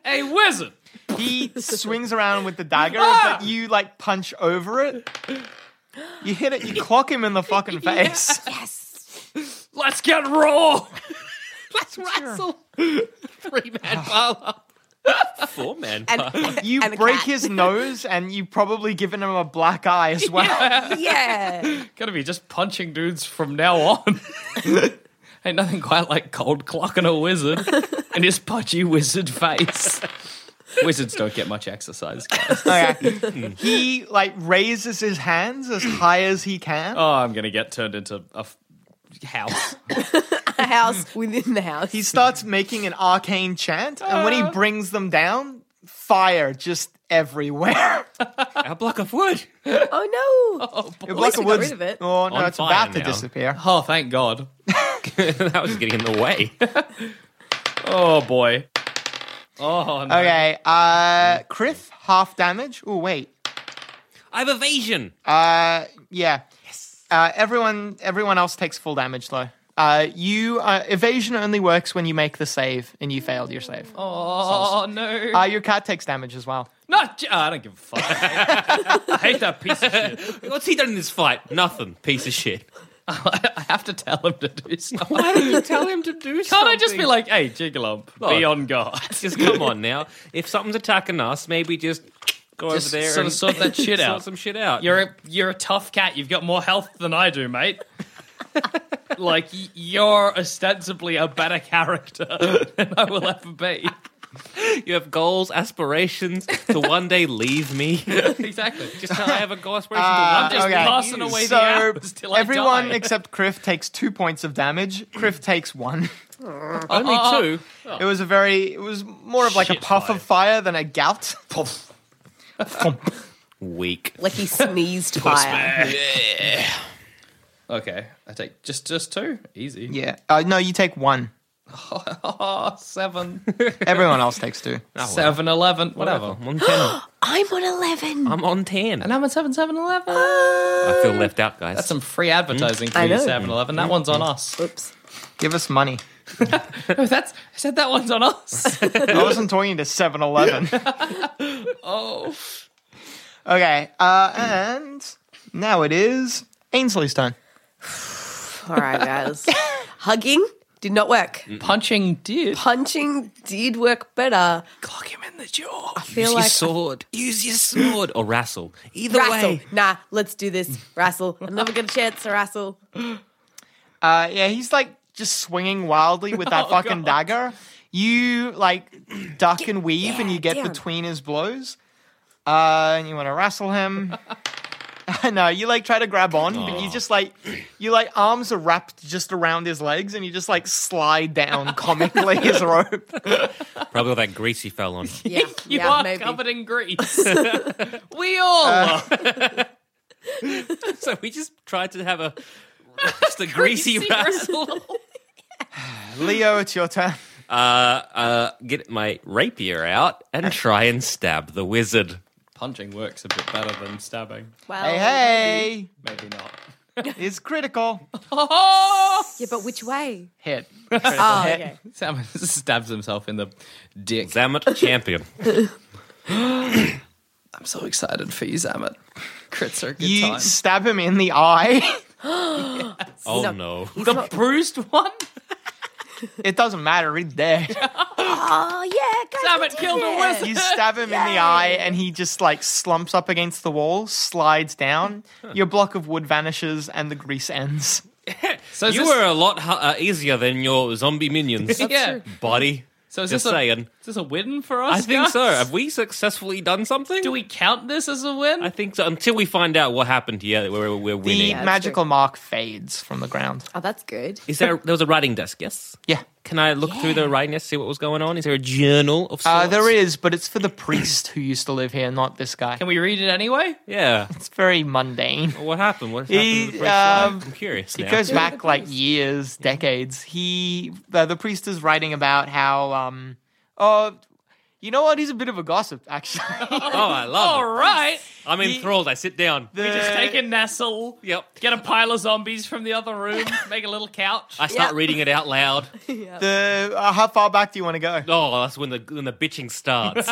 Speaker 1: hey, wizard.
Speaker 2: He swings around with the dagger,
Speaker 3: Ah!
Speaker 2: but you like punch over it. You hit it, you clock him in the fucking face.
Speaker 1: Let's get raw.
Speaker 4: let's wrestle.
Speaker 1: Three man pile up.
Speaker 4: Four man.
Speaker 3: And,
Speaker 2: You
Speaker 3: and a
Speaker 2: break
Speaker 3: cat.
Speaker 2: his nose, and you've probably given him a black eye as well.
Speaker 3: Yeah.
Speaker 1: Gonna be just punching dudes from now on. Ain't nothing quite like cold clocking a wizard in his pudgy wizard face. Wizards don't get much exercise. guys.
Speaker 2: Okay. he like raises his hands as high as he can.
Speaker 1: Oh, I'm gonna get turned into a f- house.
Speaker 3: A house within the house.
Speaker 2: He starts making an arcane chant, and when he
Speaker 3: Ah.
Speaker 2: brings them down, fire just everywhere.
Speaker 4: a block of wood.
Speaker 3: oh no.
Speaker 2: Like
Speaker 3: least we got rid of it.
Speaker 2: Oh no,
Speaker 4: On
Speaker 2: it's about
Speaker 4: fire
Speaker 2: to
Speaker 4: now.
Speaker 2: disappear.
Speaker 1: Oh, thank God.
Speaker 4: that was getting in the way.
Speaker 1: Oh boy. Oh no.
Speaker 2: Okay, uh, Criff, half damage. Oh wait,
Speaker 4: I have evasion.
Speaker 2: uh, yeah. Yes. Uh, everyone, everyone else takes full damage though. Uh, you uh, evasion only works when you make the save and you failed your save.
Speaker 1: Oh no.
Speaker 2: Uh, your cat takes damage as well.
Speaker 1: Not. J- oh, I don't give a fuck. I hate, I hate that piece of shit.
Speaker 4: What's he done in this fight? Nothing. Piece of shit.
Speaker 1: I have to tell him to do something.
Speaker 4: Why did you tell him to do Can't
Speaker 1: Can't I just be like, hey, Jigalump, be
Speaker 4: Oh.
Speaker 1: on guard.
Speaker 4: just come on now. If something's attacking us, maybe just go
Speaker 1: Just
Speaker 4: over there
Speaker 1: sort
Speaker 4: and
Speaker 1: of sort that shit
Speaker 4: sort
Speaker 1: out.
Speaker 4: some shit out.
Speaker 1: You're a, you're a tough cat. You've got more health than I do, mate. like, y- you're ostensibly a better character than I will ever be.
Speaker 4: you have goals, aspirations to one day leave me.
Speaker 1: Exactly.
Speaker 4: Just how I have a goal aspiration
Speaker 1: I'm
Speaker 4: to
Speaker 1: just
Speaker 4: one day.
Speaker 2: Uh, okay.
Speaker 1: passing away
Speaker 2: So
Speaker 1: the hours till I
Speaker 2: everyone
Speaker 1: die.
Speaker 2: except Criff takes two points of damage. Criff takes one.
Speaker 4: Only
Speaker 1: ah,
Speaker 4: two.
Speaker 2: It was a very, it was more of like a
Speaker 1: Oh. Shit
Speaker 2: puff
Speaker 1: fire.
Speaker 2: of fire than a gout.
Speaker 4: Weak.
Speaker 3: like he sneezed fire.
Speaker 1: Okay, I take just just two. Easy.
Speaker 2: Yeah. Uh, no, you take one.
Speaker 1: Oh, seven.
Speaker 2: Everyone else takes two.
Speaker 1: Seven, eleven, whatever.
Speaker 4: Oh, I'm on ten.
Speaker 3: I'm on 11.
Speaker 4: I'm on ten.
Speaker 1: And I'm at seven, seven, eleven. Hmm.
Speaker 4: I feel left out, guys.
Speaker 1: That's some free advertising for
Speaker 3: I
Speaker 1: you,
Speaker 3: know.
Speaker 1: 7 Eleven. That one's on us.
Speaker 3: Uh, Oops.
Speaker 2: Give us money.
Speaker 1: No, that's, I said that one's on us.
Speaker 2: I wasn't talking to 7 Eleven.
Speaker 1: oh.
Speaker 2: Okay, uh, and now it is Ainsley's turn.
Speaker 3: All right, guys. Hugging did not work.
Speaker 1: Mm. Punching did.
Speaker 3: Punching did work better.
Speaker 1: Clock him in the jaw.
Speaker 3: I feel
Speaker 4: Use your
Speaker 3: like
Speaker 4: sword. Use your sword or wrestle. Either
Speaker 3: Rassle.
Speaker 4: way.
Speaker 3: Nah, let's do this. Rassle. I'm never gonna chance to rassle.
Speaker 2: Uh, yeah, he's like just swinging wildly with that fucking dagger. You like duck and weave, and
Speaker 3: yeah,
Speaker 2: you get
Speaker 3: damn.
Speaker 2: between his blows. Uh, and you want to wrestle him. no, you like try to grab on, but you just like you like arms are wrapped just around his legs, and you just like slide down comically his rope.
Speaker 4: Probably all that grease you fell on.
Speaker 3: Yeah,
Speaker 1: You
Speaker 3: yeah,
Speaker 1: are
Speaker 3: maybe.
Speaker 1: covered in grease. we all
Speaker 2: Uh,
Speaker 1: are.
Speaker 4: so we just tried to have a just a greasy wrestle.
Speaker 2: Leo, it's your turn. Uh.
Speaker 4: Uh, uh, get my rapier out and try and stab the wizard.
Speaker 1: Punching works a bit better than stabbing.
Speaker 3: Well,
Speaker 2: Hey, hey,
Speaker 1: Maybe not.
Speaker 2: it's critical.
Speaker 3: Yeah, but which way?
Speaker 2: Hit.
Speaker 3: Oh, okay.
Speaker 1: Sam stabs himself in the dick.
Speaker 4: Zamet champion.
Speaker 1: I'm so excited for you, Zamet. Crits are a good
Speaker 2: You
Speaker 1: time.
Speaker 2: stab him in the eye.
Speaker 4: Oh
Speaker 3: No.
Speaker 4: no.
Speaker 1: the bruised one?
Speaker 2: it doesn't matter. He's dead.
Speaker 3: Oh yeah, guys,
Speaker 1: Damn
Speaker 3: we
Speaker 1: it,
Speaker 3: did
Speaker 1: killed a
Speaker 3: it.
Speaker 1: wizard.
Speaker 2: You stab him in the eye, and he just like slumps up against the wall, slides down. Your block of wood vanishes, and the grease ends.
Speaker 1: So is
Speaker 4: You
Speaker 1: this,
Speaker 4: were a lot hu- uh, easier than your zombie minions.
Speaker 1: yeah.
Speaker 4: Buddy.
Speaker 1: So is
Speaker 4: Just
Speaker 1: this a,
Speaker 4: saying.
Speaker 1: Is this a win for us?
Speaker 4: I think
Speaker 1: guys?
Speaker 4: so. Have we successfully done something?
Speaker 1: Do we count this as a win?
Speaker 4: I think so. Until we find out what happened here, we're, we're
Speaker 2: The
Speaker 4: winning.
Speaker 3: that's
Speaker 2: magical mark fades from the ground.
Speaker 3: Oh, that's good.
Speaker 4: Is there? There was a writing desk. Yes.
Speaker 2: Yeah.
Speaker 4: Can I look through the writing desk, see what was going on? Is there a journal of sorts?
Speaker 2: Uh, there is, but it's for the priest who used to live here, not this guy.
Speaker 1: Can we read it anyway?
Speaker 4: Yeah.
Speaker 2: It's very mundane.
Speaker 4: Well, what happened? What happened?
Speaker 2: He,
Speaker 4: to the first line?
Speaker 2: um,
Speaker 4: I'm curious
Speaker 2: It
Speaker 4: now.
Speaker 2: goes back like years, decades. He, uh, the priest, is writing about how, um, oh, you know what? He's a bit of a gossip, actually.
Speaker 4: oh, I love
Speaker 1: All
Speaker 4: it.
Speaker 1: right.
Speaker 4: I'm enthralled. I sit down.
Speaker 1: We just
Speaker 2: Uh,
Speaker 1: take a nestle.
Speaker 4: Yep.
Speaker 1: Get a pile of zombies from the other room. make a little couch.
Speaker 4: I start
Speaker 3: Yeah.
Speaker 4: reading it out loud.
Speaker 2: the uh, how far back do you want to go?
Speaker 4: Oh, that's when the when the bitching starts.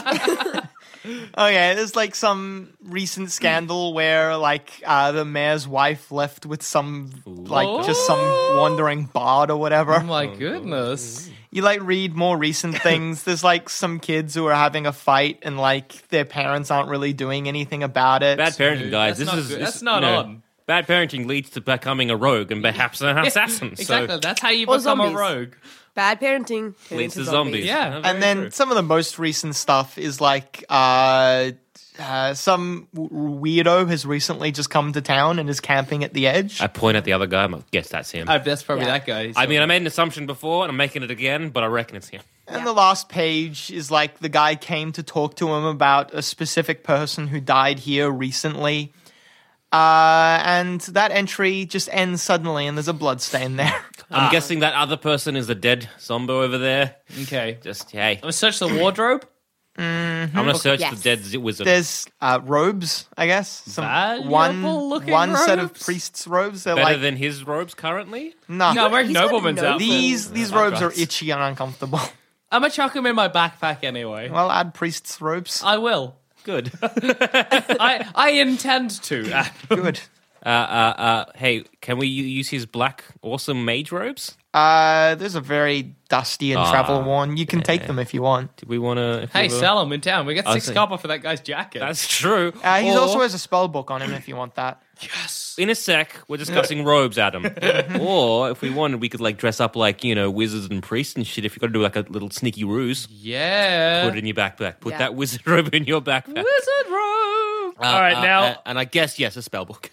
Speaker 2: Okay, Oh, there's like some recent scandal where like uh, the mayor's wife left with some like just some wandering bard or
Speaker 1: Oh
Speaker 2: whatever.
Speaker 1: my goodness.
Speaker 2: You like read more recent things. There's like some kids who are having a fight and like their parents aren't really doing anything about it.
Speaker 4: Bad parenting, guys.
Speaker 1: That's
Speaker 4: this
Speaker 1: not
Speaker 4: is
Speaker 1: good.
Speaker 4: this-
Speaker 1: That's not
Speaker 4: no.
Speaker 1: on.
Speaker 4: Bad parenting leads to becoming a rogue and perhaps an assassin.
Speaker 1: Exactly.
Speaker 4: So
Speaker 1: That's how you
Speaker 3: Or
Speaker 1: become a
Speaker 3: zombies.
Speaker 1: rogue.
Speaker 3: Bad parenting turn
Speaker 4: leads
Speaker 3: into
Speaker 4: to zombies.
Speaker 1: Yeah.
Speaker 4: Very
Speaker 2: and then
Speaker 4: true.
Speaker 2: some of the most recent stuff is like uh, uh, some w- weirdo has recently just come to town and is camping at the edge.
Speaker 4: I point at the other guy. I'm like, guess that's him.
Speaker 1: Oh, that's probably
Speaker 3: Yeah.
Speaker 1: that guy.
Speaker 4: I mean, I made an assumption before, and I'm making it again, but I reckon it's him.
Speaker 2: And the last page is like the guy came to talk to him about a specific person who died here recently. Uh, and that entry just ends suddenly, and there's a blood stain there.
Speaker 1: Ah.
Speaker 4: I'm guessing that other person is the dead zombie over there.
Speaker 1: okay.
Speaker 4: Just hey,
Speaker 1: I'm search the wardrobe.
Speaker 4: I'm
Speaker 1: Mm-hmm.
Speaker 4: gonna search
Speaker 3: Yes.
Speaker 4: the dead z- wizard.
Speaker 2: There's uh, robes, I guess. Some
Speaker 1: Valuable
Speaker 2: one
Speaker 1: looking
Speaker 2: one set of
Speaker 1: robes.
Speaker 2: priests' robes. They're
Speaker 4: Better
Speaker 2: like
Speaker 4: than his robes currently.
Speaker 2: nah.
Speaker 1: No, I'm wearing
Speaker 3: He's got
Speaker 1: nobleman's
Speaker 3: no-
Speaker 1: outfit.
Speaker 2: these these robes are
Speaker 4: Right.
Speaker 2: itchy and uncomfortable.
Speaker 1: I'm gonna chuck them in my backpack anyway.
Speaker 2: well, add priests' robes.
Speaker 1: I will.
Speaker 4: Good. Uh,
Speaker 1: I I intend to.
Speaker 2: Good.
Speaker 4: uh, hey, can we u- use his black awesome mage robes?
Speaker 2: Uh, there's a very dusty and
Speaker 4: Ah,
Speaker 2: travel worn. You can take them if you want.
Speaker 4: Do we want to?
Speaker 1: Hey, sell them in town. We get
Speaker 4: I
Speaker 1: six
Speaker 4: see.
Speaker 1: copper for that guy's jacket.
Speaker 4: That's true.
Speaker 2: Uh, he
Speaker 4: Or-
Speaker 2: also has a spell book on him if you want that.
Speaker 4: in a sec. We're discussing robes, Adam. or if we wanted, we could like dress up like you know wizards and priests and shit. If you got to do like a little sneaky ruse,
Speaker 1: yeah.
Speaker 4: put it in your backpack. Put
Speaker 3: Yeah.
Speaker 4: that wizard robe in your backpack.
Speaker 1: Wizard robe.
Speaker 4: Uh,
Speaker 1: All right,
Speaker 4: uh,
Speaker 1: now
Speaker 4: uh, and I guess yes, a spell book.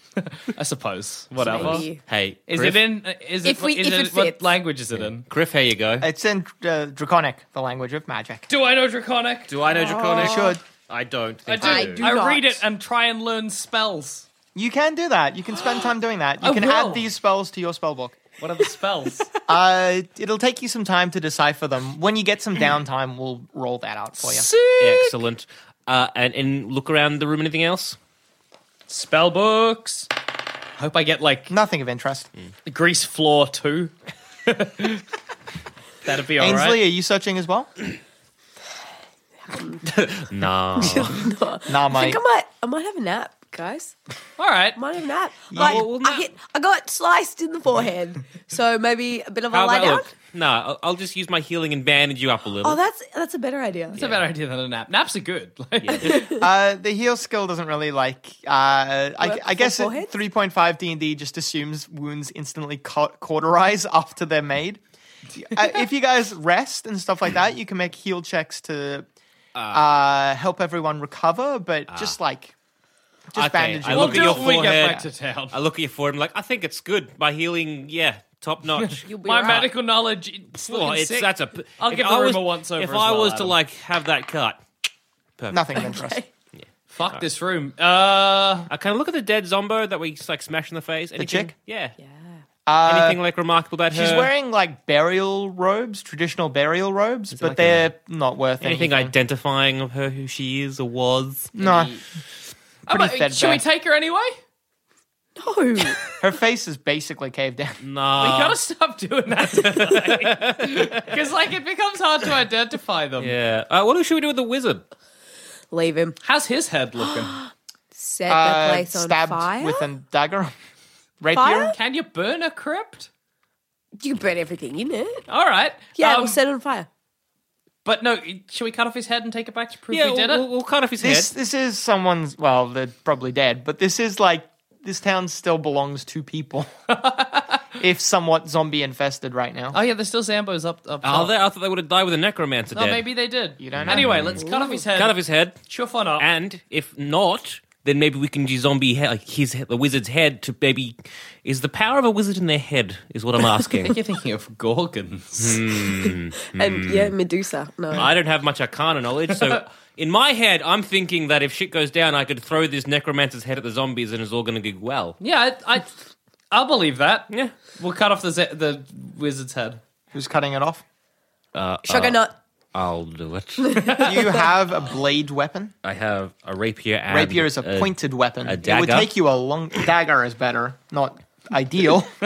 Speaker 1: I suppose whatever.
Speaker 3: Maybe.
Speaker 4: hey,
Speaker 1: Is
Speaker 4: Griff,
Speaker 1: it in? uh, Is it?
Speaker 3: If we-
Speaker 1: is
Speaker 3: if
Speaker 1: it,
Speaker 3: it
Speaker 1: what
Speaker 3: fits.
Speaker 1: language is it in?
Speaker 4: Griff, here you go.
Speaker 2: It's in uh, Draconic, the language of magic.
Speaker 1: Do I know Draconic?
Speaker 4: Do I know Draconic?
Speaker 2: You should.
Speaker 4: I don't.
Speaker 1: I
Speaker 4: Think
Speaker 1: do.
Speaker 4: I,
Speaker 1: I,
Speaker 3: do not.
Speaker 1: read it and try and learn spells.
Speaker 2: You can do that. You can spend time doing that. You
Speaker 1: I
Speaker 2: can
Speaker 1: will.
Speaker 2: add these spells to your spell book.
Speaker 1: What are the spells?
Speaker 2: Uh, it'll take you some time to decipher them. When you get some downtime, we'll roll that out
Speaker 3: Oh,
Speaker 2: for you.
Speaker 4: Excellent. Uh, and, and look around the room. Anything else?
Speaker 1: Spell books. Hope I get like
Speaker 2: Nothing of interest.
Speaker 1: grease floor too. That'd be alright.
Speaker 2: Ainsley, are you searching as well?
Speaker 4: No.
Speaker 2: Nah,
Speaker 3: I
Speaker 2: mate.
Speaker 3: think I might, I might have a nap, guys.
Speaker 1: All right.
Speaker 3: I might have a nap. Like,
Speaker 4: well, well,
Speaker 3: I hit, I got sliced in the forehead, so maybe a bit of a
Speaker 4: How
Speaker 3: lie
Speaker 4: about
Speaker 3: down.
Speaker 4: look? No, I'll, I'll just use my healing and bandage you up a little.
Speaker 3: Oh, that's that's a better idea.
Speaker 1: It's a better idea than a nap. Naps are good. Like,
Speaker 2: Uh, the heal skill doesn't really like. Uh, I,
Speaker 3: Work
Speaker 2: I guess
Speaker 3: for
Speaker 2: it-
Speaker 3: forehead?
Speaker 2: 3.5 D and D just assumes wounds instantly cau- cauterize after they're made. uh, if you guys rest and stuff like that, you can make heal checks to uh, help everyone recover. But just like, just
Speaker 4: Uh. Okay,
Speaker 2: bandage
Speaker 4: I
Speaker 2: it.
Speaker 1: we'll
Speaker 4: look at
Speaker 1: do
Speaker 4: your
Speaker 1: it when we get
Speaker 4: forehead.
Speaker 1: back to town.
Speaker 4: I look at you for it. I'm like, I think it's good. My healing, yeah, top notch.
Speaker 3: You'll be
Speaker 1: My
Speaker 3: right.
Speaker 1: medical knowledge. It's
Speaker 4: Well, it's
Speaker 1: sick.
Speaker 4: that's a.
Speaker 1: I'll
Speaker 4: if
Speaker 1: give the
Speaker 4: I was-
Speaker 1: room a once over
Speaker 4: If
Speaker 1: as
Speaker 4: I
Speaker 1: well,
Speaker 4: was to
Speaker 1: Adam.
Speaker 4: like have that cut,
Speaker 2: Nothing of interest.
Speaker 1: Fuck this room. Uh,
Speaker 4: I kind of look at the dead zombo that we like smash in the face. Anything?
Speaker 2: chick?
Speaker 4: Yeah.
Speaker 3: Yeah.
Speaker 4: Anything like remarkable about her?
Speaker 2: Uh, She's wearing like burial robes, traditional burial robes, but
Speaker 4: like
Speaker 2: they're not worth anything.
Speaker 4: anything identifying of her who she is or was?
Speaker 1: Mm.
Speaker 2: no,
Speaker 5: Oh,
Speaker 2: pretty
Speaker 5: but should we
Speaker 2: fed-back.
Speaker 5: take her anyway?
Speaker 3: No.
Speaker 2: her face is basically caved in.
Speaker 1: Uh,
Speaker 5: We
Speaker 4: Nah.
Speaker 5: gotta stop doing that because like it becomes hard to identify them.
Speaker 4: yeah. Uh, what should we do with the wizard?
Speaker 3: Leave him.
Speaker 5: How's his head looking?
Speaker 3: Set
Speaker 2: Uh,
Speaker 3: the place on
Speaker 2: stabbed
Speaker 3: fire.
Speaker 2: with a dagger, rapier.
Speaker 3: Fire?
Speaker 5: Can you burn a crypt?
Speaker 3: you burn everything in it.
Speaker 5: All right.
Speaker 3: Yeah,
Speaker 5: Um,
Speaker 3: we'll set it on fire.
Speaker 5: but no, should we cut off his head and take it back to prove
Speaker 4: Yeah,
Speaker 5: we did
Speaker 4: we'll,
Speaker 5: it?
Speaker 4: we'll cut off his
Speaker 2: This
Speaker 4: head.
Speaker 2: this is someone's. Well, they're probably dead, but this is like this town still belongs to people, if somewhat zombie infested right now.
Speaker 5: Oh yeah, there's still Zambos up up.
Speaker 4: Oh,
Speaker 5: top.
Speaker 4: they, I thought they would have died with a necromancer
Speaker 5: Oh,
Speaker 4: dead.
Speaker 5: maybe they did.
Speaker 2: You don't know.
Speaker 5: Anyway, let's cut off his head.
Speaker 4: Cut off his head.
Speaker 5: chuff on up.
Speaker 4: And if not, then maybe we can do zombie he- like his he- the wizard's head to maybe is the power of a wizard in their head is what I'm
Speaker 5: I
Speaker 4: asking.
Speaker 5: think you're thinking of Gorgons.
Speaker 3: And
Speaker 4: Hmm.
Speaker 3: yeah, Medusa. No.
Speaker 4: I don't have much arcana knowledge, so in my head I'm thinking that if shit goes down, I could throw this necromancer's head at the zombies and it's all going to go well.
Speaker 5: yeah, I, I I'll believe that.
Speaker 4: Yeah.
Speaker 5: We'll cut off the ze- the wizard's head.
Speaker 2: Who's cutting it off?
Speaker 3: Sugar nut.
Speaker 4: I'll do it.
Speaker 2: You have a blade weapon.
Speaker 4: I have a rapier. And
Speaker 2: Rapier is a pointed weapon.
Speaker 4: a
Speaker 2: It would
Speaker 4: dagger?
Speaker 2: take you a long dagger is better, not ideal.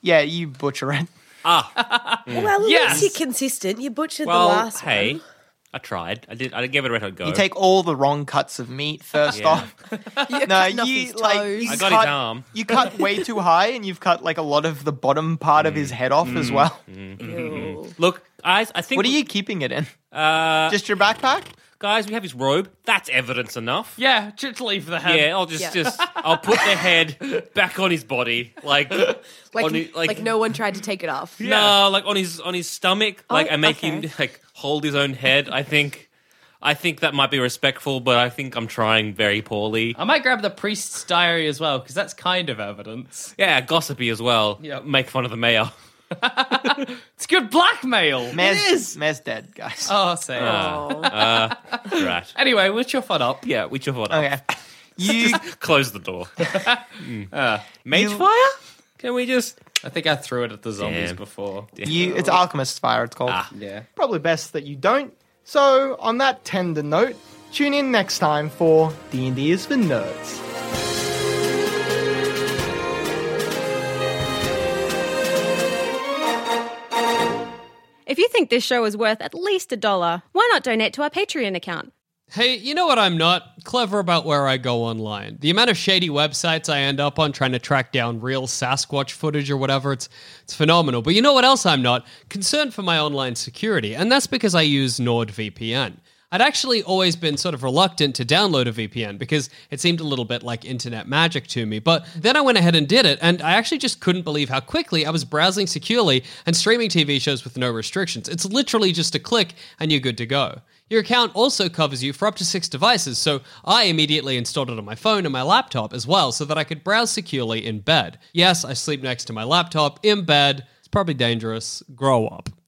Speaker 2: yeah, you butcher it.
Speaker 3: Well, at
Speaker 5: Yes.
Speaker 3: least you're consistent. You butchered
Speaker 4: Well,
Speaker 3: the last
Speaker 4: hey,
Speaker 3: one.
Speaker 4: I tried. I did. I gave it a red hot go.
Speaker 2: You take all the wrong cuts of meat first
Speaker 4: Oh. Yeah.
Speaker 2: off.
Speaker 3: You're
Speaker 2: No,
Speaker 3: cutting off
Speaker 2: you
Speaker 3: his
Speaker 2: like
Speaker 3: toes.
Speaker 2: you
Speaker 4: I got his
Speaker 2: cut,
Speaker 4: arm.
Speaker 2: You cut way too high, and you've got like a lot of the bottom part
Speaker 4: Mm.
Speaker 2: of his head off as well.
Speaker 3: Ew.
Speaker 4: Look, guys. I think.
Speaker 2: What are you keeping it in?
Speaker 4: Uh,
Speaker 2: Just your backpack?
Speaker 4: guys, we have his robe. That's evidence enough.
Speaker 5: Yeah, just leave the head.
Speaker 4: Yeah, I'll just,
Speaker 3: Um, Yeah.
Speaker 4: just I'll put the head back on his body, like,
Speaker 3: Like,
Speaker 4: on his,
Speaker 3: like, no one tried to take it off.
Speaker 4: no, like on his on his stomach, like I make him
Speaker 3: Oh, okay.
Speaker 4: like hold his own head. I think, I think that might be respectful, but I think I'm trying very poorly.
Speaker 5: I might grab the priest's diary as well because that's kind of evidence.
Speaker 4: Yeah, gossipy as well.
Speaker 5: Yeah.
Speaker 4: make fun of the mayor.
Speaker 5: It's good blackmail.
Speaker 2: Mayor's,
Speaker 4: is.
Speaker 2: Mayor's dead, guys.
Speaker 5: Oh, say it.
Speaker 3: Oh.
Speaker 4: Right.
Speaker 5: Anyway, we'll chuff on up.
Speaker 4: Yeah, we just want
Speaker 2: Okay. You
Speaker 4: close the door. Mm. Mage
Speaker 2: You-
Speaker 4: fire? Can we just?
Speaker 5: I think I threw it at the zombies
Speaker 4: Damn.
Speaker 5: before.
Speaker 2: you it's Alchemist's Fire, it's called.
Speaker 4: Ah.
Speaker 5: Yeah.
Speaker 2: Probably best that you don't. So on that tender note, tune in next time for D&D is for Nerds.
Speaker 6: If you think this show is worth at least a dollar, why not donate to our Patreon account?
Speaker 1: Hey, you know what I'm not? Clever about where I go online. The amount of shady websites I end up on trying to track down real Sasquatch footage or whatever, it's it's phenomenal. But you know what else I'm not? Concerned for my online security, and that's because I use NordVPN. I'd actually always been sort of reluctant to download a VPN because it seemed a little bit like internet magic to me. But then I went ahead and did it, and I actually just couldn't believe how quickly I was browsing securely and streaming TV shows with no restrictions. It's literally just a click, and you're good to go. Your account also covers you for up to six devices, so I immediately installed it on my phone and my laptop as well so that I could browse securely in bed. Yes, I sleep next to my laptop in bed. It's probably dangerous. Grow up.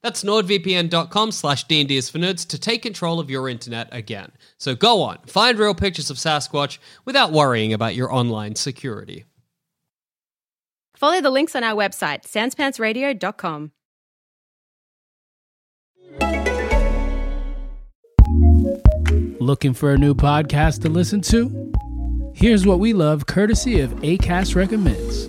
Speaker 1: That's nordvpn.com slash D&D is for nerds to take control of your internet again. So go on, find real pictures of Sasquatch without worrying about your online security.
Speaker 6: Follow the links on our website, sanspantsradio.com.
Speaker 7: Looking for a new podcast to listen to? Here's what we love, courtesy of ACAST Recommends.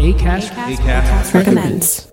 Speaker 8: ACAST,
Speaker 6: recommends.